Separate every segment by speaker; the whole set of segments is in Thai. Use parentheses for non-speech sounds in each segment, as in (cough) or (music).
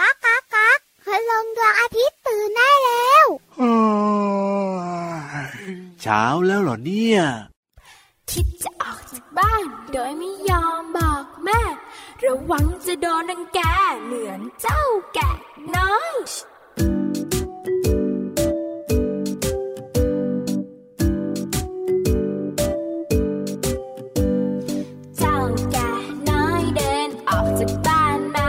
Speaker 1: ก๊ากก๊ากก๊ากคืลงดวงอาทิตย์ตื่นได้แล้ว
Speaker 2: เช้าแล้วเหรอเนี่ย
Speaker 3: คิดจะออกจากบ้าน โดยไม่ยอมบอกแม่ ระวังจะโดนนังแกเหมือนเจ้าแกะน้อยเจ้าแกะน้อยเดินออกจากบ้านมา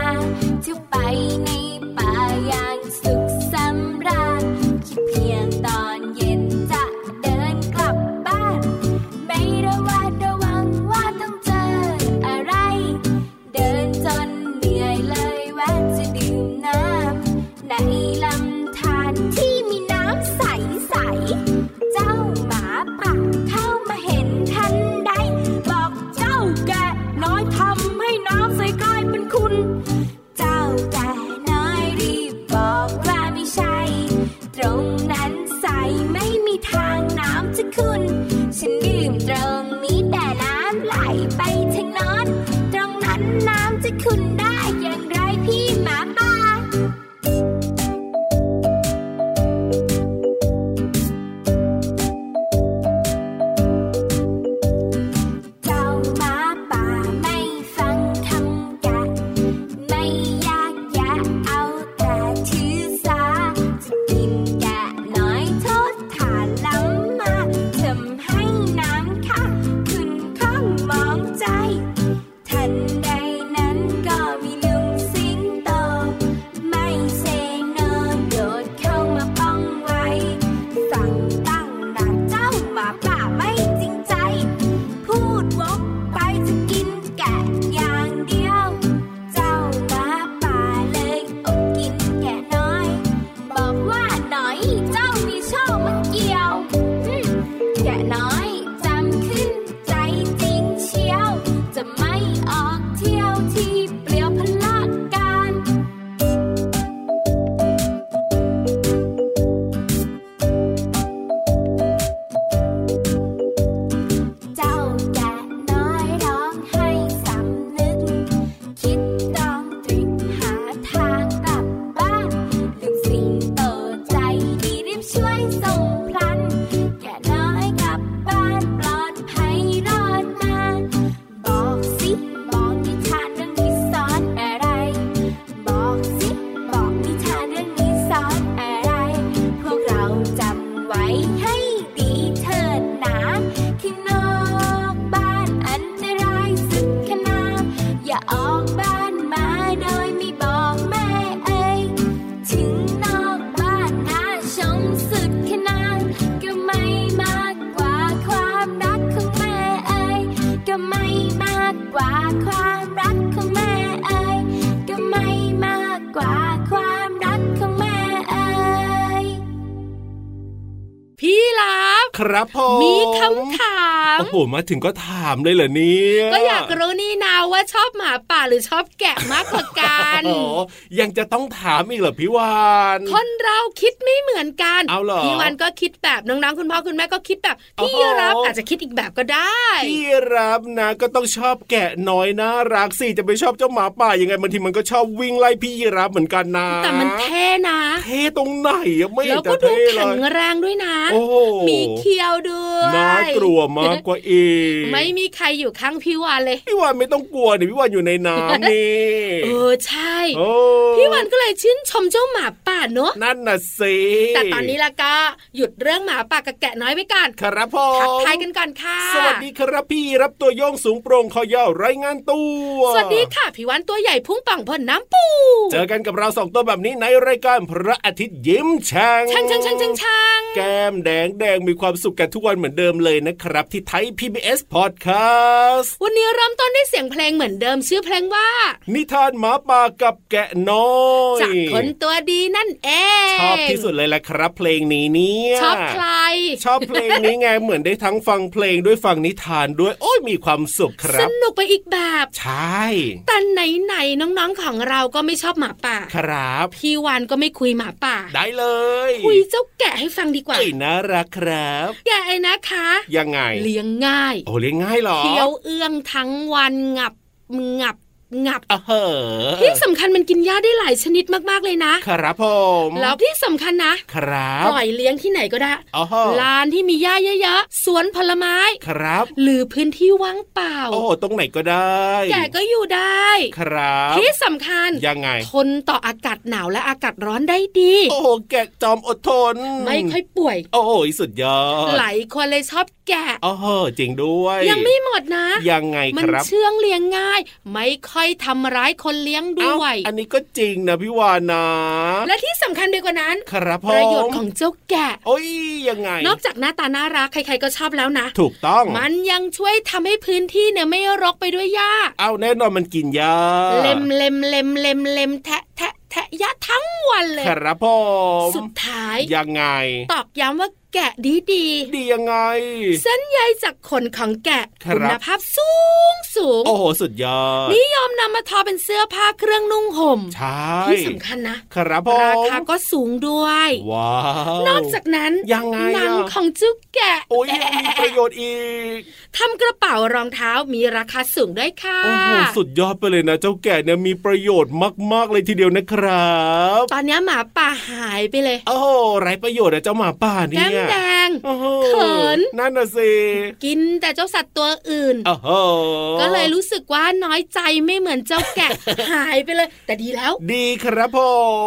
Speaker 3: เที่ยวไปในป่าอย่างสุขสำราญคิดเพียงตอนเย็นจะเดินกลับบ้าน ไม่ระวัดระวังว่าต้องเจออะไร เดินจนเหนื่อยเลยแวะจะดื่มน้ำ ในลำธารที่มีน้ำใสๆเจ้าหมาป่าเข้ามาเห็นทันใด บอกเจ้าแกะน้อยทำให้น้ำใสกลายเป็นคุณ เจ้าแก่น้อยรีบบอกว่าไม่ใช่ ตรงนั้นใสไม่มีทางน้ำจะขึ้น ฉันดื่มตรงนี้แต่น้ำไหลไปทางโน้นตรงนั้นน้ำจะขึ้นได้อย่างไรพี่หมาป่า เจ้าหมาป่าไม่ฟังคำแกะ ไม่อยากแยะเอาแต่ถือสา จะกินแกะน้อยโทษฐานล้ำมาทำให้น้ำข้าขึ้นข้างมองใจ ทันใดนั้นก็มีลุงสิงโต ไม่เซโนโดดเข้ามาป้องไว้ สั่งตั้งหนักเจ้าหมาป่าไม่จริงใจ พูดวกไปจะกินแกะอย่างเดียว เจ้าหมาป่าเลยอดกินแกะน้อย บอกว่าหน่อยเจ้ามีโชคมันเกี่ยวอืมแกะน้อยจำขึ้นใจจริงเชียว จะไม่ออกเที่ยวที่เปลี่ยวพลาการ เจ้าแกะน้อยร้องให้สำนึก คิดตองตริกหาทางกลับบ้านลูกสิงโตใจดีรีบช่วยส่งพลัน แกะน้อยกลับบ้านปลอดภัยรอดมา บอกสิบอกนิทานเรื่องนี้สอนอะไร บอกสิบอกนิทานเรื่องนี้สอนอะไร พวกเราจำไว้ให้ดีเถิดหนาข้างนอกบ้านอันตรายสุดขนาดอย่าออกบ้านมาโดยไม่บอกแม่เอ่ยถึงนอกบ้านน่าชมสุดขนาดก็ไม่มากกว่าความรักของแม่เอ่ยก็ไม่มากกว่าความรักของแม่เอ่ยก็ไม่มากกว่าความรักของแม่เอ่ย
Speaker 4: พี่รับ
Speaker 5: ครับผม
Speaker 4: มีคำถาม
Speaker 5: โอ้โหมาถึงก็ถามเลยเหรอเนี่ย
Speaker 4: ก็อยากรู้นี่นาว่าชอบหมาป่าหรือชอบแกะมากกว่ากัน
Speaker 5: อ๋อยังจะต้องถามอีกเหรอพี่วาน
Speaker 4: ค
Speaker 5: อ
Speaker 4: นเราคิดไม่เหมือนกัน
Speaker 5: เอาเหรอ
Speaker 4: พี่วันก็คิดแบบน้องๆคุณพ่อคุณแม่ก็คิดแบบ
Speaker 5: โอ้
Speaker 4: พี่
Speaker 5: โห
Speaker 4: รับอาจจะคิดอีกแบบก็ได้
Speaker 5: พี่รับนะก็ต้องชอบแกะน้อยน่ารักสิจะไปชอบเจ้าหมาป่ายังไงบางทีมันก็ชอบวิ่งไล่พี่ยีรับเหมือนกันนะ
Speaker 4: แต่มันเท่นะ
Speaker 5: เท่ตรงไหนอะไม่เห็
Speaker 4: แล้
Speaker 5: น
Speaker 4: ว
Speaker 5: จะ
Speaker 4: ก็ดู
Speaker 5: เท่เล
Speaker 4: แข็ง
Speaker 5: ย
Speaker 4: แรงด้วยนะ
Speaker 5: โอ้โห
Speaker 4: มีเคียวด้วย
Speaker 5: น่ากลัวมากกว่าอีก
Speaker 4: ไม่มีใครอยู่ข้างพี่วันเลย
Speaker 5: พี่วานไม่ต้องกลัวนี่พี่วานอยู่ในน้ำนี่
Speaker 4: เออใช่
Speaker 5: โอ้
Speaker 4: พี่วันก็เลยชื่นชมเจ้าหมาป่าเนอะ
Speaker 5: นั่นน่ะสิ
Speaker 4: แต่ตอนนี้ละก็หยุดเรื่องหมาป่ากับแกะน้อยไว้ก่อน
Speaker 5: ครับผ
Speaker 4: ทัก
Speaker 5: ม
Speaker 4: ทายกันก่อนค่ะ
Speaker 5: สวัสดีครับพี่รับตัวโยงสูงโปร่งคอยาวไรงานตัว
Speaker 4: สวัสดีค่ะผิววันตัวใหญ่พุ่งปังพ่นน้ำปู
Speaker 5: เจอกันกับเราสองตัวแบบนี้ในรายการพระอาทิตย์ยิ้มแฉ่ง
Speaker 4: ช่างช่างช่างช่างช่าง
Speaker 5: แก้มแดงแดงมีความสุขกันทุกวันเหมือนเดิมเลยนะครับ ที่ไทย PBS Podcast
Speaker 4: วันนี้เริ่มต้นด้วยเสียงเพลงเหมือนเดิมชื่อเพลงว่า
Speaker 5: นิทานหมาป่ากับแกะน้อย
Speaker 4: จากคนตัวดีนั่นเอง
Speaker 5: ชอบที่สุดเลยแหละครับ เพลงนี้เนี่ย
Speaker 4: ชอบใคร
Speaker 5: ชอบเพลงนี้ไงเหมือนได้ทั้งฟังเพลงด้วยฟังนิทานด้วย โอ้ยมีความสุขค
Speaker 4: ส
Speaker 5: รับ
Speaker 4: นุกไปอีกแบบ
Speaker 5: ใช่
Speaker 4: แต่ไหนๆน้องๆของเราก็ไม่ชอบหมาป่า
Speaker 5: ครับ
Speaker 4: พี่วันก็ไม่คุยหมาป่า
Speaker 5: ได้เลย
Speaker 4: คุยเจ้าแกะให้ฟังดีกว่า
Speaker 5: เอ้ยน่ารักครับ
Speaker 4: แกะไอ้นะคะ
Speaker 5: ยังไง
Speaker 4: เลี้ยงง่าย
Speaker 5: โอ้เลี้ยงง่ายเหรอ
Speaker 4: เคี้ยวเอื้องทั้งวันงับงับ งับ
Speaker 5: เออเหอะ
Speaker 4: ที่สำคัญมันกินหญ้าได้หลายชนิดมากๆเลยนะครับ
Speaker 5: ผม
Speaker 4: แล้วที่สำคัญนะครับ ปล่อยเลี้ยงที่ไหนก็ได้
Speaker 5: เออเห
Speaker 4: ลาน
Speaker 5: อะ
Speaker 4: ที่มีหญ้าเยอะๆสวนผลไม้
Speaker 5: ครับ
Speaker 4: หรือพื้นที่ว่างเปล่า
Speaker 5: โอ้โหตรงไหนก็ได้
Speaker 4: แก่ก็อยู่ได้
Speaker 5: ครับ
Speaker 4: ที่สำคัญ
Speaker 5: ยังไง
Speaker 4: ทนต่ออากาศหนาวและอากาศร้อนได้ดี
Speaker 5: โอ้โหแกะจอมอดทน
Speaker 4: ไม่ค่อยป่วย
Speaker 5: โอ้โหสุดยอด
Speaker 4: หลายคนเลยชอบแกะ
Speaker 5: โอ้โหจริงด้วย
Speaker 4: ยังไม่หมดนะ
Speaker 5: ยังไง
Speaker 4: มั
Speaker 5: ครับ
Speaker 4: เชื่องเลี้ยงง่าย ไม่ค่อยทำร้ายคนเลี้ยงด้
Speaker 5: เอ้า
Speaker 4: วย
Speaker 5: อันนี้ก็จริงนะพี่วานนะ
Speaker 4: และที่สำคัญไปกว่านั้น
Speaker 5: ครับผ
Speaker 4: ป
Speaker 5: ม
Speaker 4: ระโยชน์ของเจ้าแกะ
Speaker 5: โอ้ยยังไง
Speaker 4: นอกจากหน้าตาน่ารักใครๆก็ชอบแล้วนะ
Speaker 5: ถูกต้อง
Speaker 4: มันยังช่วยทำให้พื้นที่เนี่ยไม่รกไปด้วยหญ้า
Speaker 5: เอาแน่นอนมันกินยา
Speaker 4: เล็มเล็มเล็มเล็มเล็มแทะแทะแทะหญ้าทั้งวันเลย
Speaker 5: ครับผม
Speaker 4: สุดท้าย
Speaker 5: ยังไง
Speaker 4: ตอกย้ำว่าแกะดีดี
Speaker 5: ดียังไง
Speaker 4: ๆเส้นใยจากขนของแกะ
Speaker 5: ครับ
Speaker 4: คุณภาพสูงสูง
Speaker 5: โอ้โหสุดยอด
Speaker 4: นิยมนำมาทอเป็นเสื้อผ้าเครื่องนุ่งห่ม
Speaker 5: ใช่
Speaker 4: ที่สำคัญนะ
Speaker 5: ครับผ
Speaker 4: ราม คาก็สูงด้วย
Speaker 5: ว้าว
Speaker 4: นอกจากนั้น
Speaker 5: ยังไงอะ
Speaker 4: หนังของจุกแกะ
Speaker 5: โอ้ยยังมีประโยชน์อีก
Speaker 4: ทำกระเป๋ารองเท้ามีราคาสูงด้วยค่ะ
Speaker 5: โอ้โหสุดยอดไปเลยนะ เจ้าแก่เนี่ยมีประโยชน์มากๆเลยทีเดียวนะครับ
Speaker 4: ตอนเนี้ยหมาป่าหายไปเลย
Speaker 5: โอ้โหไรประโยชน์อะเจ้าหมาป่าเนี่
Speaker 4: แก้
Speaker 5: ย
Speaker 4: มแดง
Speaker 5: โอ้โห
Speaker 4: เขิน
Speaker 5: นั่นน่ะสิ
Speaker 4: กินแต่เจ้าสัตว์ตัวอื่น
Speaker 5: โอ้โห
Speaker 4: ก็เลยรู้สึกว่าน้อยใจไม่เหมือนเจ้า
Speaker 5: (laughs)
Speaker 4: แกะ หายไปเลย แต่ดีแล้ว
Speaker 5: ดีครับผ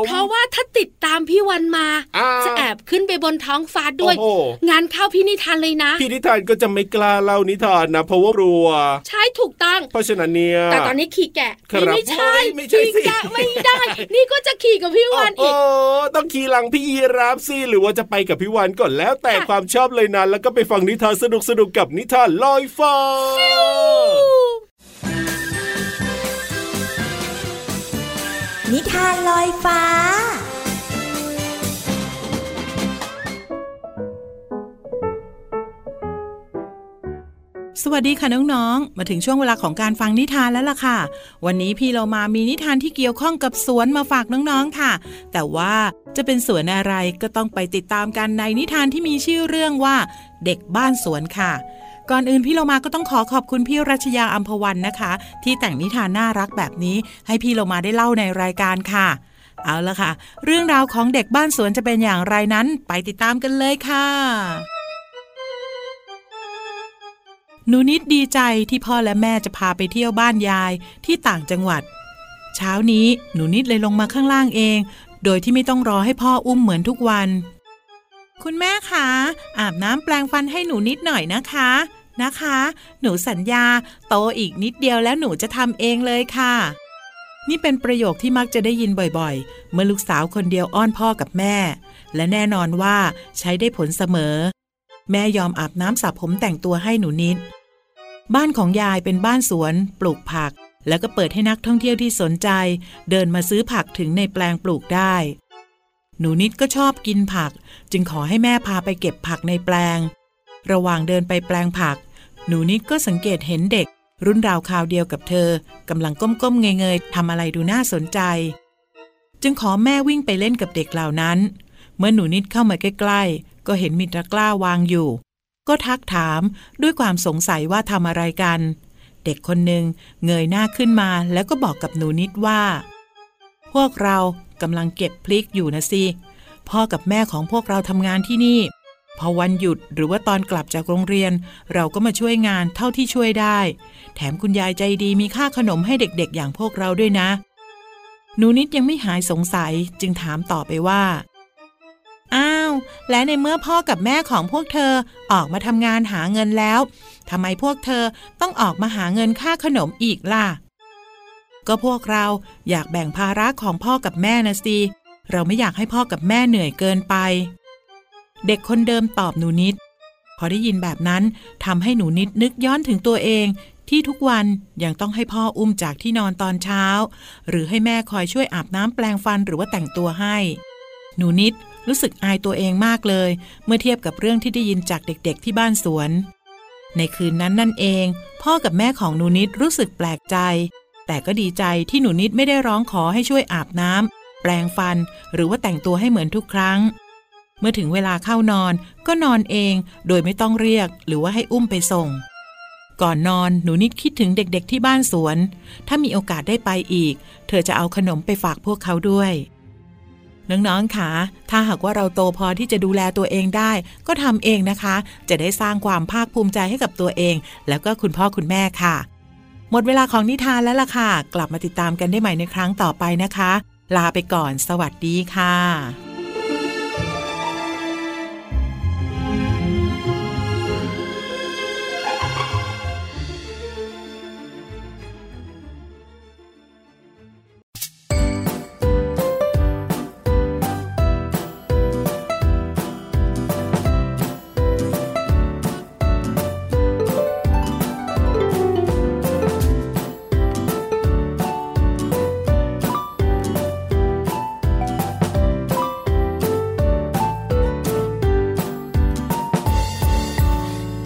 Speaker 5: ม
Speaker 4: เพราะว่าถ้าติดตามพี่วันมา
Speaker 5: อ่า
Speaker 4: จะแอบขึ้นไปบนท้องฟ้าด้วย
Speaker 5: โอ้โห
Speaker 4: งานเข้าพี่นิทานเลยนะ
Speaker 5: พี่นิทานก็จะไม่กล้าเล่านิทานนะเพราะว่ากลัว
Speaker 4: ใช่ถูกต้อง
Speaker 5: เพราะฉะนั้นเนี่ย
Speaker 4: แต่ตอนนี้ขี่แกะ
Speaker 5: ครับ
Speaker 4: นี่ไม่ใช่
Speaker 5: โอ้ยไม่ใช่
Speaker 4: ขี่
Speaker 5: สิ
Speaker 4: แกะไม่ได้ นี่ก็จะขี่กับพี่วัน
Speaker 5: โอ้
Speaker 4: อีก
Speaker 5: โหต้องขี่หลังพี่ยีรับสิหรือว่าจะไปกับพี่วันก่อนแล้วแต่
Speaker 4: ค่ะ
Speaker 5: ความชอบเลยนะแล้วก็ไปฟังนิทานสนุกๆกับนิทานลอยฟ้า
Speaker 6: นิทานลอยฟ้า
Speaker 7: สวัสดีค่ะน้องๆ มาถึงช่วงเวลาของการฟังนิทานแล้วล่ะค่ะ วันนี้พี่เรามามีนิทานที่เกี่ยวข้องกับสวนมาฝากน้องๆค่ะ แต่ว่าจะเป็นสวนอะไรก็ต้องไปติดตามกันในนิทานที่มีชื่อเรื่องว่า เด็กบ้านสวนค่ะ ก่อนอื่นพี่เรามาก็ต้องขอขอบคุณพี่รัชยาอัมพวันนะคะ ที่แต่งนิทานน่ารักแบบนี้ ให้พี่เรามาได้เล่าในรายการค่ะ เอาละค่ะ เรื่องราวของเด็กบ้านสวนจะเป็นอย่างไรนั้น ไปติดตามกันเลยค่ะ หนูนิดดีใจที่พ่อและแม่จะพาไปเที่ยวบ้านยายที่ต่างจังหวัด เช้านี้หนูนิดเลยลงมาข้างล่างเอง โดยที่ไม่ต้องรอให้พ่ออุ้มเหมือนทุกวัน คุณแม่คะอาบน้ำแปลงฟันให้หนูนิดหน่อยนะคะนะคะ หนูสัญญาโตอีกนิดเดียวแล้วหนูจะทำเองเลยค่ะ นี่เป็นประโยคที่มักจะได้ยินบ่อยๆ เมื่อลูกสาวคนเดียวอ้อนพ่อกับแม่ และแน่นอนว่าใช้ได้ผลเสมอ แม่ยอมอาบน้ำสระผมแต่งตัวให้หนูนิด บ้านของยายเป็นบ้านสวนปลูกผัก แล้วก็เปิดให้นักท่องเที่ยวที่สนใจ เดินมาซื้อผักถึงในแปลงปลูกได้ หนูนิดก็ชอบกินผัก จึงขอให้แม่พาไปเก็บผักในแปลง ระหว่างเดินไปแปลงผัก หนูนิดก็สังเกตเห็นเด็ก รุ่นราวคราวเดียวกับเธอกำลังก้มๆเงยๆทำอะไรดูน่าสนใจ จึงขอแม่วิ่งไปเล่นกับเด็กเหล่านั้น เมื่อหนูนิดเข้ามาใกล้ๆ ก็เห็นมีตะกร้าวางอยู่ ก็ทักถามด้วยความสงสัยว่าทำอะไรกัน เด็กคนหนึ่งเงยหน้าขึ้นมาแล้วก็บอกกับหนูนิดว่า พวกเรากำลังเก็บพลิกอยู่นะสิพ่อกับแม่ของพวกเราทำงานที่นี่ พอวันหยุดหรือว่าตอนกลับจากโรงเรียน เราก็มาช่วยงานเท่าที่ช่วยได้ แถมคุณยายใจดีมีค่าขนมให้เด็กๆ อย่างพวกเราด้วยนะ หนูนิดยังไม่หายสงสัยจึงถามต่อไปว่า อ้าว และในเมื่อพ่อกับแม่ของพวกเธอออกมาทำงานหาเงินแล้วทำไมพวกเธอต้องออกมาหาเงินค่าขนมอีกล่ะ ก็พวกเราอยากแบ่งภาระของพ่อกับแม่นะสิเราไม่อยากให้พ่อกับแม่เหนื่อยเกินไป เด็กคนเดิมตอบหนูนิด พอได้ยินแบบนั้นทำให้หนูนิดนึกย้อนถึงตัวเอง ที่ทุกวันยังต้องให้พ่ออุ้มจากที่นอนตอนเช้า หรือให้แม่คอยช่วยอาบน้ำแปลงฟันหรือว่าแต่งตัวให้ หนูนิดรู้สึกอายตัวเองมากเลย เมื่อเทียบกับเรื่องที่ได้ยินจากเด็กๆที่บ้านสวน ในคืนนั้นนั่นเอง พ่อกับแม่ของหนูนิดรู้สึกแปลกใจ แต่ก็ดีใจที่หนูนิดไม่ได้ร้องขอให้ช่วยอาบน้ำแปลงฟัน หรือว่าแต่งตัวให้เหมือนทุกครั้ง เมื่อถึงเวลาเข้านอนก็นอนเอง โดยไม่ต้องเรียกหรือว่าให้อุ้มไปส่ง ก่อนนอนหนูนิดคิดถึงเด็กๆที่บ้านสวน ถ้ามีโอกาสได้ไปอีก เธอจะเอาขนมไปฝากพวกเขาด้วย น้องๆค่ะ ถ้าหากว่าเราโตพอที่จะดูแลตัวเองได้ ก็ทำเองนะคะ จะได้สร้างความภาคภูมิใจให้กับตัวเอง แล้วก็คุณพ่อคุณแม่ค่ะ หมดเวลาของนิทานแล้วล่ะค่ะ กลับมาติดตามกันได้ใหม่ในครั้งต่อไปนะคะ ลาไปก่อน สวัสดีค่ะ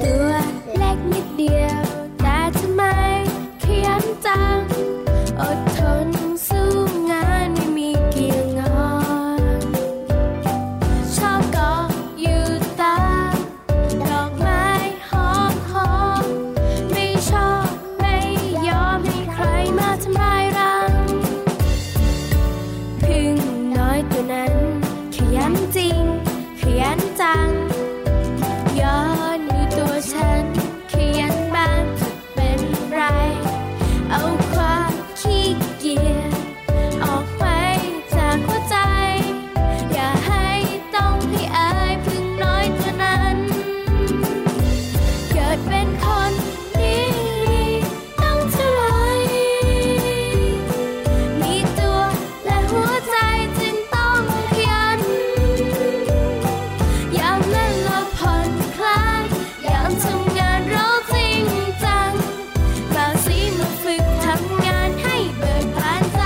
Speaker 3: ตัวเล็กนิดเดียว แต่ทำไมขยันจัง อดทนสู้งานไม่มีเกี่ยงงอนชอบเกาะอยู่ตามดอกไม้หอมหอมไม่ชอบไม่ยอมให้ใครมาทำลายรัง พึ่งน้อยตัวนั้น ขยันจริง ขยันจัง ย้อนดูตัวฉันขยันบ้างจะเป็นไร เอาความขี้เกียจออกไปจากหัวใจ อย่าให้ต้องให้อายพึ่งน้อยตัวนั้น เกิดเป็นคนดีต้องเท่าไหรมีตัวและหัวใจจึงต้องขยัน ยามเล่นละผ่อนคลายยามทำงานเราจริงจังบางสีมาฝึกทำงานให้เบิกบานใจ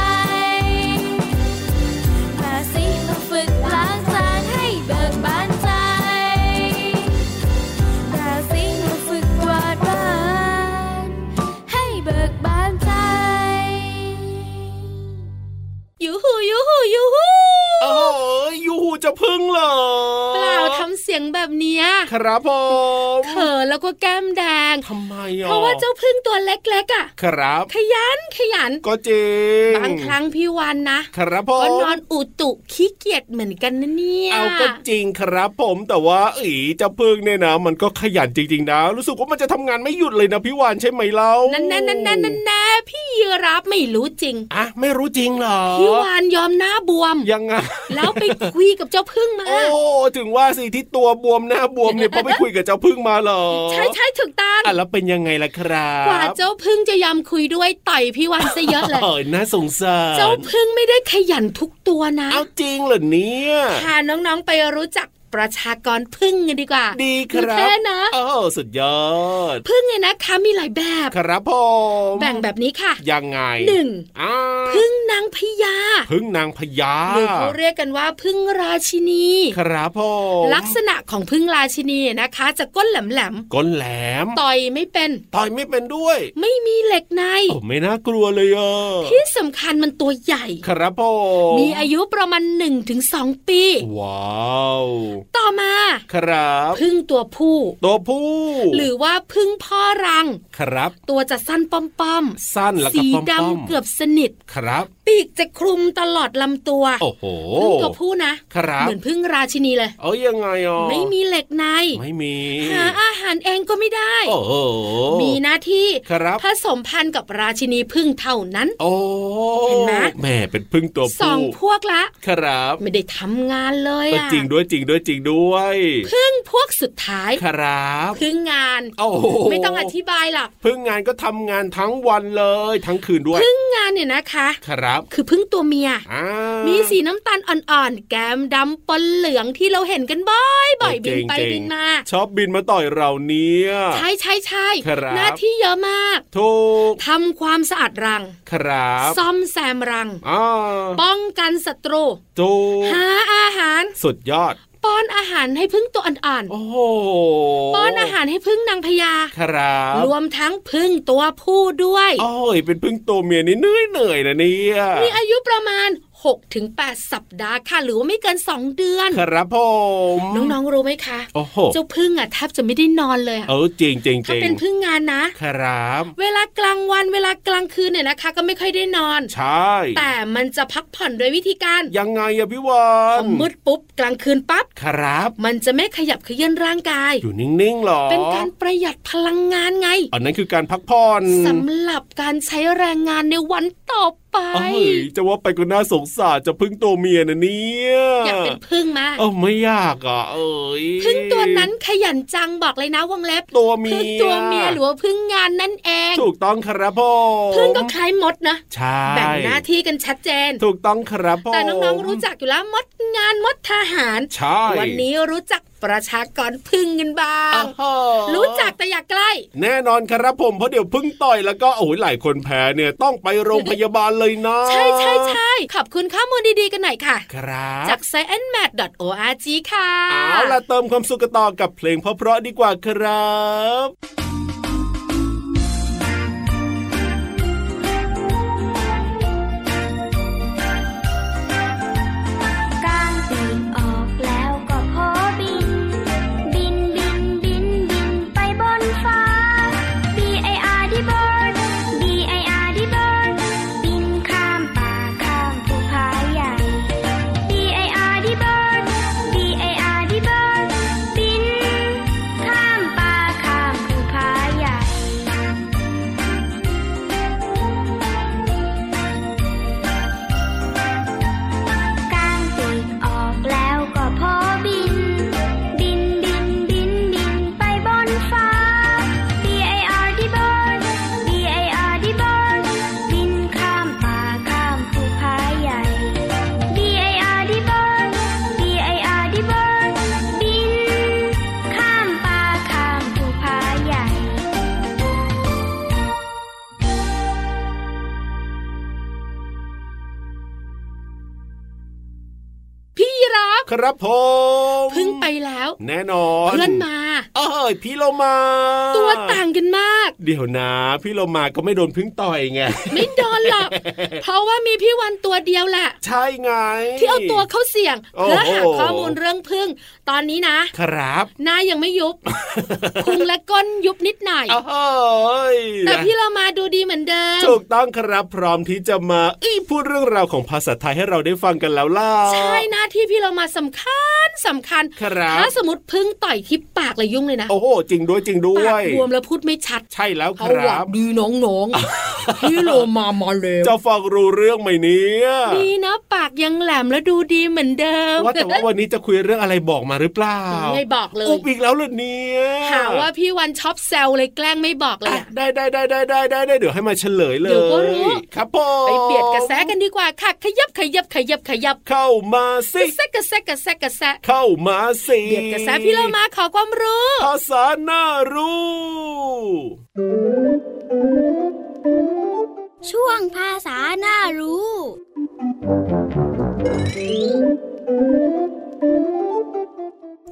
Speaker 3: บางสีมาฝึกล้างจานให้เบิกบานใจบางสีมาฝึกกวาดบ้านให้เบิกบานใจ
Speaker 4: ยูหูยูหูยูหู
Speaker 5: โอ้ยยูหูจะพึ่งเหรอ
Speaker 4: เปล่าทำเสียงแบบเนี้ย
Speaker 5: ครับผม
Speaker 4: เขอแล้วก็แก้มแดง
Speaker 5: ทำไมอ่ะ
Speaker 4: เพราะว่าเจ้าพึ่งตัวเล็กๆอ่ะ
Speaker 5: ครับ
Speaker 4: ขยันขยัน
Speaker 5: ก็จริง
Speaker 4: บางครั้งพี่วันนะครับ
Speaker 5: ผม
Speaker 4: ก็นอนอุตุขี้เกียจเหมือนกันนะเนี่ย
Speaker 5: เอาก็จริงครับผมแต่ว่าอีเจ้าพึ่งเนี่ยนะ มันก็ขยันจริงๆนะ รู้สึกว่ามันจะทำงานไม่หยุดเลยนะพี่วานใช่ไหมเล่า
Speaker 4: นั่
Speaker 5: นั่
Speaker 4: นแน่นั่นแน่นั่นแน่พี่ยีรับไม่รู้จริง
Speaker 5: อ่ะไม่รู้จริงเหรอ
Speaker 4: พี่วานยอมหน้าบวม
Speaker 5: ยังไง
Speaker 4: แล้วไปคุยกับเจ้าพึ่งมา
Speaker 5: โอ้ถึงว่าสิที่ตัวบวมหน้าบวม
Speaker 4: (laughs)
Speaker 5: เนี่ยเพราะไปคุยกับเจ้าพึ่งมาเหรอ
Speaker 4: ใช่ใช่ถูกต้อง
Speaker 5: อ่ะแล้วเป็นยังไงล่ะครับ
Speaker 4: กว่าเจ้าพึ่งจะยอมคุยด้วยต่อยพี่วันซะเยอะเลย
Speaker 5: เออน่าสงสาร
Speaker 4: เจ้าพึ่งไม่ได้ขยันทุกตัวนะ
Speaker 5: เอาจริงเหรอเนี่ย
Speaker 4: พาน้องๆไปรู้จักประชากรพึ่งกันดีกว่า
Speaker 5: ดีครั
Speaker 4: แค่
Speaker 5: บ
Speaker 4: นะ
Speaker 5: โอ้สุดยอด
Speaker 4: พึ่งเนี่ยนะคะมีหลายแบบ
Speaker 5: ครับผม
Speaker 4: แบ่งแบบนี้ค่ะ
Speaker 5: ยังไง
Speaker 4: หนึ่ง
Speaker 5: อ่า
Speaker 4: พึ่งนางพญา
Speaker 5: พึ่งนางพญา
Speaker 4: หรือเขาเรียกกันว่าพึ่งราชินี
Speaker 5: ครับผม
Speaker 4: ลักษณะของพึ่งราชินีนะคะ จะก้นแหลม
Speaker 5: ก้นแหลม
Speaker 4: ๆต่อยไม่เป็น
Speaker 5: ต่อยไม่เป็นด้วย
Speaker 4: ไม่มีเหล็กใน
Speaker 5: โอ้ไม่น่ากลัวเลยอ่ะ
Speaker 4: ที่สำคัญมันตัวใหญ่
Speaker 5: ครับผม
Speaker 4: มีอายุประมาณ1-2 ปี
Speaker 5: ว้าว
Speaker 4: ต่อมา
Speaker 5: ครับ
Speaker 4: พึ่งตัวผู้
Speaker 5: ตัวผู้
Speaker 4: หรือว่าพึ่งพ่อรัง
Speaker 5: ครับ
Speaker 4: ตัวจะสั้นป้อม
Speaker 5: สั้นแล้ว
Speaker 4: ๆ
Speaker 5: ก็
Speaker 4: สี
Speaker 5: ป้อมๆ
Speaker 4: ดำเกือบสนิท
Speaker 5: ครับ
Speaker 4: ปีกจะคลุมตลอดลำตัว
Speaker 5: โอ้โห
Speaker 4: พึ่งตัวผู้นะ
Speaker 5: ครับ
Speaker 4: เหมือนพึ่งราชินีเลย
Speaker 5: เอ้ยยังไงอ่ะ
Speaker 4: ไม่มีเหล็กใน
Speaker 5: ไม่มี
Speaker 4: หาอาหารเองก็ไม่ได้
Speaker 5: โอ้โห
Speaker 4: มีหน้าที่
Speaker 5: ครับ
Speaker 4: ผสมพันธุ์กับราชินีพึ่งเท่านั้น
Speaker 5: โอ้
Speaker 4: เห็นไหม
Speaker 5: แม่เป็นพึ่งตัว
Speaker 4: สอ
Speaker 5: ผู้
Speaker 4: งพวกละ
Speaker 5: ครับ
Speaker 4: ไม่ได้ทำงานเลย
Speaker 5: ก็
Speaker 4: อะ
Speaker 5: จริงด้วยจริงด้วยจริงด้วย
Speaker 4: พึ่งพวกสุดท้าย
Speaker 5: ครับ
Speaker 4: พึ่งงาน
Speaker 5: โอ้โห
Speaker 4: ไม่ต้องอธิบายหรอก
Speaker 5: พึ่งงานก็ทำงานทั้งวันเลยทั้งคืนด้วย
Speaker 4: พึ่งงานเนี่ยนะคะ
Speaker 5: ครับ
Speaker 4: คือพึ่งตัวเมีย
Speaker 5: อ่า
Speaker 4: มีสีน้ำตาลอ่อนๆ แก้มดำปนเหลืองที่เราเห็นกันบ่อยบ่อยบินไป
Speaker 5: เจ๋งๆ
Speaker 4: บินมา
Speaker 5: ชอบบินมาต่อยเราเนี่ย
Speaker 4: ใช่ใช่ใช่
Speaker 5: ครับ
Speaker 4: หน้าที่เยอะมาก
Speaker 5: ถูก
Speaker 4: ทำความสะอาดรัง
Speaker 5: ครับ
Speaker 4: ซ่อมแซมรัง
Speaker 5: อ่า
Speaker 4: ป้องกันศัตรู
Speaker 5: ถูก
Speaker 4: หาอาหาร
Speaker 5: สุดยอด
Speaker 4: ป้อนอาหารให้พึ่งตัวอ่อน
Speaker 5: โอ้โห
Speaker 4: ๆ ป้อนอาหารให้พึ่งนางพญา
Speaker 5: ครับ
Speaker 4: รวมทั้งพึ่งตัวผู้ด้วย
Speaker 5: โอ้ยเป็นพึ่งตัวเมียนี่เหนื่อยเหนื่อยๆนะเนี่ย
Speaker 4: มีอายุประมาณ 6ถึง8สัปดาห์ค่ะ หรือว่าไม่เกิน 2 เดือน
Speaker 5: ครับผม
Speaker 4: น้องๆรู้ไหมคะ
Speaker 5: โอ้โห
Speaker 4: เจ้าพึ่งอ่ะแทบจะไม่ได้นอนเลยอะ
Speaker 5: เออจริงจริงจ
Speaker 4: ถ้า
Speaker 5: ริง
Speaker 4: เป็นพึ่งงานนะ
Speaker 5: ครับ
Speaker 4: เวลากลางวันเวลากลางคืนเนี่ยนะคะ ก็ไม่ค่อยได้นอน
Speaker 5: ใช่
Speaker 4: แต่มันจะพักผ่อนโดวยวิธีการ
Speaker 5: ยังไงอะพี่วา
Speaker 4: พอน มืดปุ๊บกลางคืนปั๊บ
Speaker 5: ครับ
Speaker 4: มันจะไม่ขยับเขยื้อนร่างกาย
Speaker 5: อยู่นิ่งๆหรอ
Speaker 4: เป็นการประหยัดพลังงานไง
Speaker 5: อันนั้นคือการพักผ่อน
Speaker 4: สำหรับการใช้แรงงานในวันต่อไป
Speaker 5: เอ้ยจะว่าไปก็น่าสงสารจะพึ่งตัวเมียนะเนี่ย
Speaker 4: อยากเป็นพึ่งมาก
Speaker 5: เออไม่ยากอ่ะเอ้ย
Speaker 4: พึ่งตัวนั้นขยันจังบอกเลยนะวงเล็บ
Speaker 5: ตัวเมีย
Speaker 4: พึ่งตัวเมียหรือว่าพึ่งงานนั่นเอง
Speaker 5: ถูกต้องครับผม
Speaker 4: พึ่งก็คล้ายมดนะ
Speaker 5: ใช่
Speaker 4: แบ่งหน้าที่กันชัดเจน
Speaker 5: ถูกต้องครับผม
Speaker 4: แต่น้องๆรู้จักอยู่แล้วมดงานมดทหาร
Speaker 5: ใช่
Speaker 4: วันนี้รู้จักประชากรพึ่งกันบ้าง
Speaker 5: อ้าว
Speaker 4: รู้จักแต่อยากใกล้
Speaker 5: แน่นอนครับผมเพราะเดี๋ยวพึ่งต่อยแล้วก็โอ้ยหลายคนแพ้เนี่ยต้องไปโรงพยาบาลเลยนะ
Speaker 4: ใช่ใช่ใช่ขอบคุณข้อมูลดีๆกันหน่อยค่ะ
Speaker 5: ครับ
Speaker 4: จาก sciencemat.org ค่ะ
Speaker 5: เอาล่ะเติมความสุขกันต่อกับเพลงเพราะๆดีกว่าครับ
Speaker 1: กลางปีกออกแล้วก็โผบิน บินบินบินบินไปบนฟ้า B I R D bird B I R D bird บินข้ามป่าข้ามภูผาใหญ่ B I R D bird B I R D bird บินข้ามป่าข้ามภูผาใหญ่ กางปีกออกแล้วก็พอบิน บินบินบินบินไปบนฟ้า B I R D bird B I R D bird บินข้ามป่าข้ามภูผาใหญ่ B I R D bird B I R D bird บินข้ามป่าข้ามภูผาใหญ่
Speaker 4: พี่รับ
Speaker 5: ครับผม
Speaker 4: พึ่งไปแล้ว
Speaker 5: แน่นอน
Speaker 4: เพื่อนมา
Speaker 5: เอ้ยพี่โลมา
Speaker 4: ตัวต่างกันมาก
Speaker 5: เดี๋ยวนะ พี่โลมาก็ไม่โดนพึ่งต่อย
Speaker 4: (laughs)
Speaker 5: ไง
Speaker 4: ไม่โดนห
Speaker 5: (laughs)
Speaker 4: รอก เพราะว่ามีพี่วันตัวเดียวแหละ
Speaker 5: ใช่ไง
Speaker 4: ที่เอาตัวเขาเสี่ยง
Speaker 5: โอ้โห
Speaker 4: เพื่อหาข้อมูลเรื่องพึ่ง ตอนนี้นะครับหน้ายังไม่ยุบ
Speaker 5: (laughs)
Speaker 4: พุงและก้นยุบนิดหน่อย
Speaker 5: เอ้ย
Speaker 4: แต่พี่เรามาดูดีเหมือนเดิม
Speaker 5: ถูกต้องครับพร้อมที่จะมาเอ้ยพูดเรื่องราวของภาษาไทยให้เราได้ฟังกันแล้วล่ะ
Speaker 4: ใช่หน้าที่พี่เรามาสำคัญสำคัญ
Speaker 5: ครับ
Speaker 4: ถ้าสมมติพึ่งต่อยที่ปากเลยยุ่งเลยนะ
Speaker 5: โอ้โหจริงด้วยจริงด้ว
Speaker 4: ปาก
Speaker 5: ย
Speaker 4: บวมแล้วพูดไม่ชัด
Speaker 5: ใช่แล้วค
Speaker 4: เขาห
Speaker 5: รั
Speaker 4: วั
Speaker 5: บ
Speaker 4: ดดีน้องๆ พี่เรามามาเลย
Speaker 5: จะฟังรู้เรื่องไหมเนี่ย
Speaker 4: ดีนะปากยังแหลมแล้วดูดีเหมือนเดิม
Speaker 5: ว่าแต่ว่าวันนี้จะคุยเรื่องอะไรบอกมาหรือเปล่า
Speaker 4: ไม่บอกเลย
Speaker 5: อุบอีกแล้วเหรอเนี่ย
Speaker 4: หาว่าพี่วันชอบแซวเลยแกล้งไม่บอกเลย
Speaker 5: อ่ะ
Speaker 4: อะ
Speaker 5: ได้ได้ได้ได้ได้ได้ได้เดี๋ยวให้มาเฉลยเลย
Speaker 4: เดี๋ยวก็รู้
Speaker 5: ครับผม
Speaker 4: ไปเบียดกระแสกันดีกว่าค่ะ ขยับขยับขยับขยับ
Speaker 5: เข้ามาสิ
Speaker 4: กระแซะกระแซะกระแซะกระแซะ
Speaker 5: เข้ามาสิ
Speaker 4: เบียดกระแซะพี่เรามาขอความรู้
Speaker 5: ภาษาหน้ารู้
Speaker 1: ช่วงภาษาน่ารู้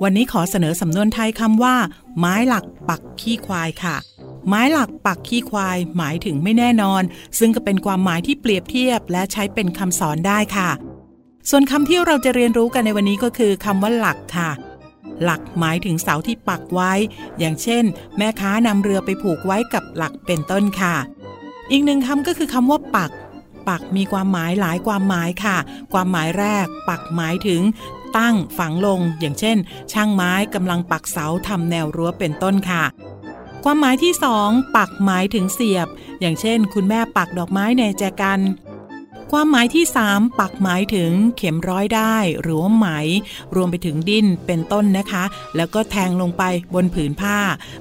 Speaker 7: วันนี้ขอเสนอสำนวนไทยคำว่า ไม้หลักปักขี้ควายค่ะ ไม้หลักปักขี้ควาย หมายถึงไม่แน่นอน ซึ่งก็เป็นความหมายที่เปรียบเทียบและใช้เป็นคำสอนได้ค่ะ ส่วนคำที่เราจะเรียนรู้กันในวันนี้ก็คือคำว่าหลักค่ะ หลักหมายถึงเสาที่ปักไว้ อย่างเช่น แม่ค้านำเรือไปผูกไว้กับหลักเป็นต้นค่ะ อีกหนึ่งคำก็คือคำว่าปัก ปักมีความหมายหลายความหมายค่ะ ความหมายแรก ปักหมายถึง ตั้งฝังลง อย่างเช่น ช่างไม้กำลังปักเสาทำแนวรั้วเป็นต้นค่ะ ความหมายที่สองปักหมายถึงเสียบ อย่างเช่น คุณแม่ปักดอกไม้ในแจกัน ความหมายที่ 3 ปักหมายถึงเข็มร้อยได้ หรือว่าไหม รวมไปถึงดิ้นเป็นต้นนะคะ แล้วก็แทงลงไปบนผืนผ้า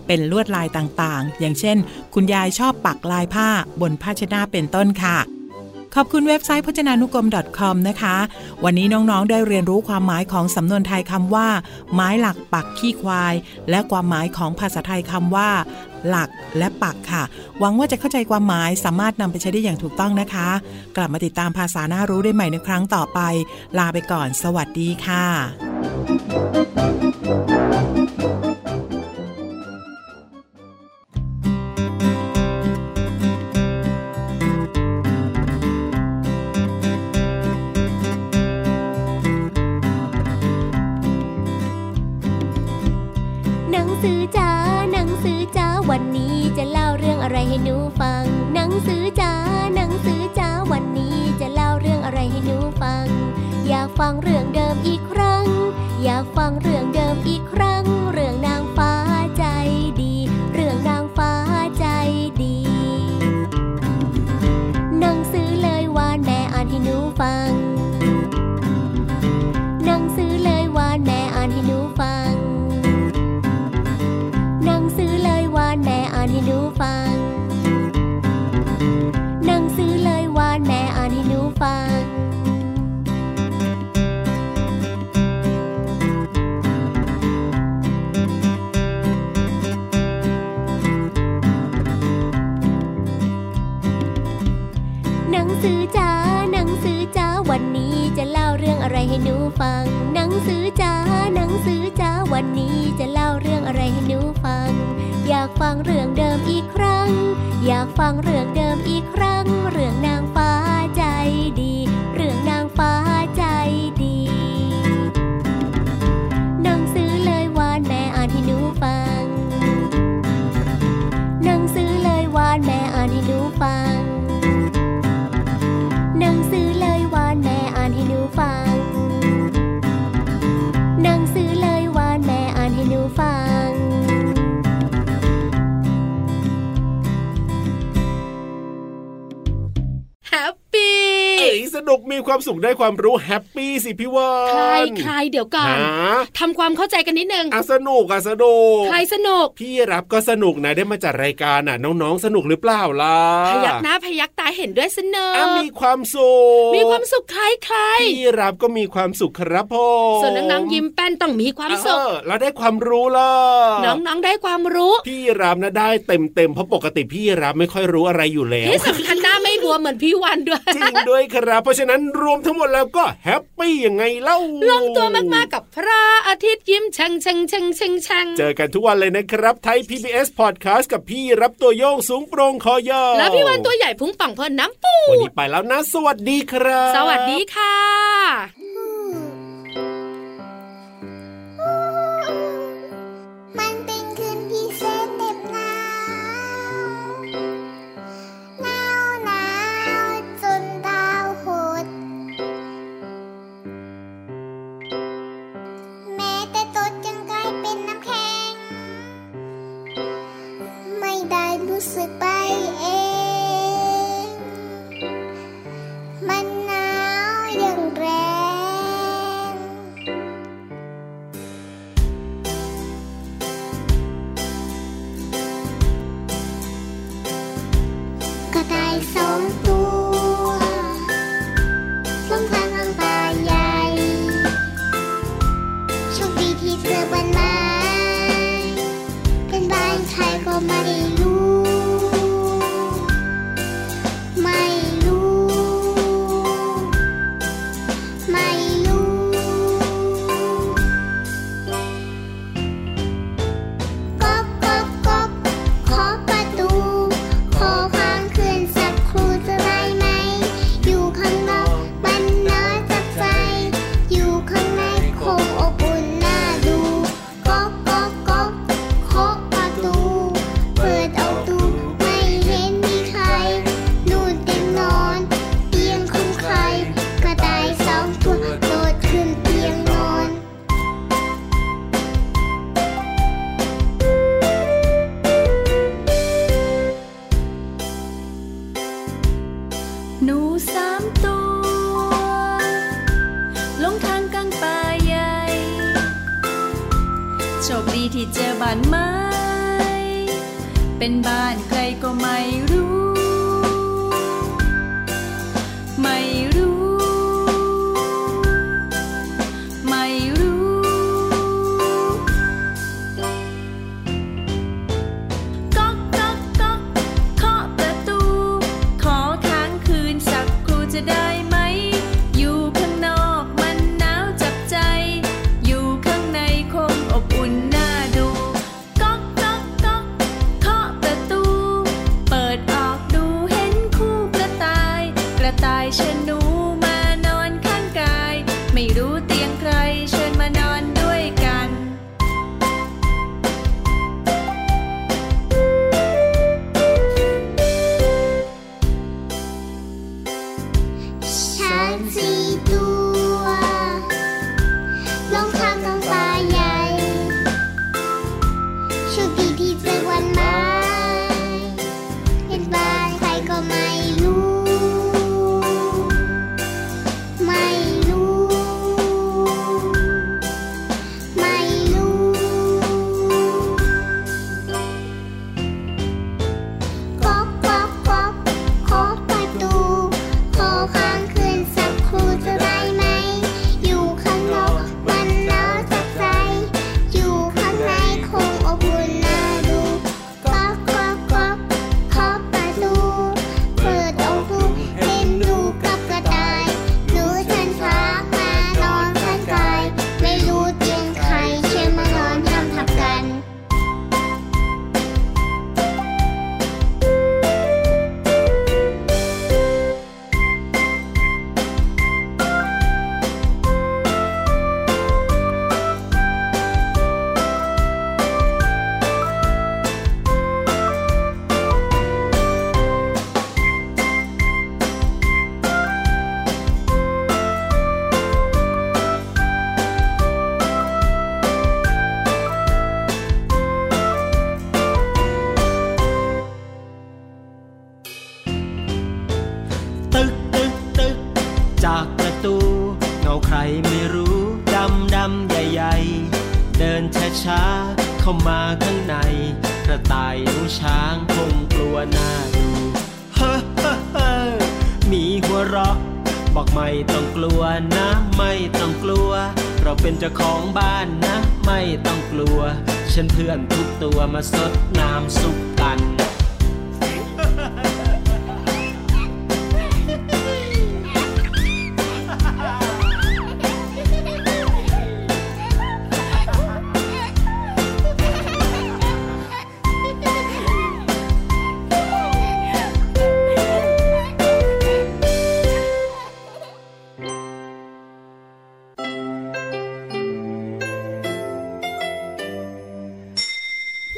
Speaker 7: เป็นลวดลายต่างๆ อย่างเช่น คุณยายชอบปักลายผ้าบนภาชนะเป็นต้นค่ะ ขอบคุณเว็บไซต์พจนานุกรม .com นะคะ วันนี้น้องๆ ได้เรียนรู้ความหมายของสำนวนไทยคำว่า ไม้หลักปักขี้ควาย และความหมายของภาษาไทยคำว่า หลักและปักค่ะ หวังว่าจะเข้าใจความหมายสามารถนำไปใช้ได้อย่างถูกต้องนะคะ กลับมาติดตามภาษาหน้ารู้ได้ใหม่ในครั้งต่อไป ลาไปก่อน สวัสดีค่ะ
Speaker 5: ภ
Speaker 3: ฟังเรื่องเดิมอีกครั้ง อยากฟังเรื่องเดิมอีกครั้ง เรื่องนางฟ้าใจดี เรื่องนางฟ้าใจดี หนังสือเลยวานแม่อ่านให้หนูฟัง หนังสือเลยวานแม่อ่านให้หนูฟัง หนังสือเลยวานแม่อ่านให้หนูฟัง หนังสือเลยวานแม่อ่านให้หนูฟัง หนังสือจ้าหนังสือจ้าวันนี้จะเล่าเรื่องอะไรให้หนูฟัง หนังสือจ้าหนังสือจ้าวันนี้จะเล่าเรื่องอะไรให้หนูฟัง อยากฟังเรื่องเดิมอีกครั้ง อยากฟังเรื่องเดิมอีกครั้ง เรื่องนางฟ้าใจดี เรื่องนางฟ้าใจดี หนังสือเลยวานแม่อ่านให้หนูฟัง หนังสือเลยวานแม่อ่านให้หนูฟัง หนังสือเลยวานแม่อ่านให้หนูฟัง หนังสือเลยวานแม่อ่านให้หนูฟัง
Speaker 4: แฮปปี้
Speaker 5: เอ๋ยสนุกมีความสุขได้ความรู้แฮปปี้สิพี่วา
Speaker 4: ใคร
Speaker 5: น
Speaker 4: ใครเดี๋ยวก่อน
Speaker 5: หา
Speaker 4: ทำความเข้าใจกันนิดนึง
Speaker 5: อ่ะสนุกอ่ะสนุก
Speaker 4: ใครสนุก
Speaker 5: พี่รับก็สนุกนะได้มาจัดรายการน่ะน้องๆสนุกหรือเปล่าล่ะ
Speaker 4: พยักหน้าพยักตาเห็นด้วยสนุก
Speaker 5: อ่ะมีความสุข
Speaker 4: มีความสุขใครใคร
Speaker 5: พี่รับก็มีความสุขครับพ่อ
Speaker 4: ส่วนน้องๆยิ้มแป้นต้องมีความสุข
Speaker 5: เออแล้วได้ความรู้ล่ะ
Speaker 4: น้องๆได้ความรู้
Speaker 5: พี่รับนะได้เต็มเต็มๆเพราะปกติพี่รับไม่ค่อยรู้อะไรอยู่แล้ว
Speaker 4: ที่สำคัญหน้าไม่บวมเหมือนพี่วันด้วย
Speaker 5: จริงด้วยครับ เพราะฉะนั้นรวมทั้งหมดแล้วก็แฮปปี้ยังไงเล่า
Speaker 4: ลงตัวมากๆกับพระอาทิตย์ยิ้มชังชังชังชังชัง
Speaker 5: เจอกันทุกวันเลยนะครับไทย PBS Podcast กับพี่รับตัวโยงสูงโปรงคอยาว
Speaker 4: แล้วพี่วันตัวใหญ่พุงป่องเพลินน้ำปู
Speaker 5: วัน
Speaker 4: ด
Speaker 5: นี้ไปแล้วนะ สวัสดีครับ
Speaker 4: สวัสดีค่ะ
Speaker 1: มันเป็นคืนพิเศษเต็มหนาวหนาวหนาวจนดาวหด แม้แต่ตัวจึงกลายเป็นน้ำแข็ง ไม่ได้รู้สึกไปเอง มันหนาวอย่างแรง กระต่ายสองตัวพลงพลางลงป่าใหญ่โชคดีที่เจอบนไม้เป็นบ้านใครก็ไม่รู้ ไม่รู้ ไม่รู้ ก๊อกก๊อกก๊อกขอประตู ขอความคืนสักครู่จะได้ไหม อยู่ข้างนอกมันน่าจับใจ อยู่ข้างในคงอบอุ่นน่าดูก๊อกก๊อกก๊อกขอประตู เปิดเอาดูไม่เห็นมีใคร นู่นเตียงนอนเตียงของใคร กระต่ายสองตัวโดดขึ้นเตียงนอน
Speaker 8: หนูสามตัวหลงทางกลางป่าใหญ่ โชคดีที่เจอบ้านไม้ เป็นบ้านใครก็ไม่รู้ ไม่รู้ ไม่รู้ ก๊อกก๊อกก๊อกเคาะประตู ขอค้างคืนสักครู่จะได้ไหม อยู่ข้างนอกมันหนาวจับใจ อยู่ข้างในคงอบอุ่นน่าดู ก๊อกก๊อกก๊อกเคาะประตู เปิดออกดูเห็นคู่กระต่าย กระต่ายเชิญหนูมานอนข้างกาย ไม่รู้เตียงใครเชิญมานอนด้วยกัน
Speaker 1: ช้างสี่ตัว
Speaker 9: จากประตู เงาใครไม่รู้ ดำดำใหญ่ๆ เดินช้าช้าๆเข้ามาข้างใน กระต่ายหนูช้างคงกลัวหน้าดูเฮ้อเฮ้อเฮ้อหมีหัวเราะ บอกไม่ต้องกลัวนะ ไม่ต้องกลัว เราเป็นเจ้าของบ้านนะ ไม่ต้องกลัว ฉันเพื่อนทุกตัวมาสดน้ำสุกกัน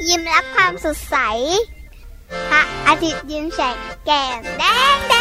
Speaker 1: ยิ้มรับความสดใส พระอาทิตย์ยิ้มแฉกแก้มแดงแด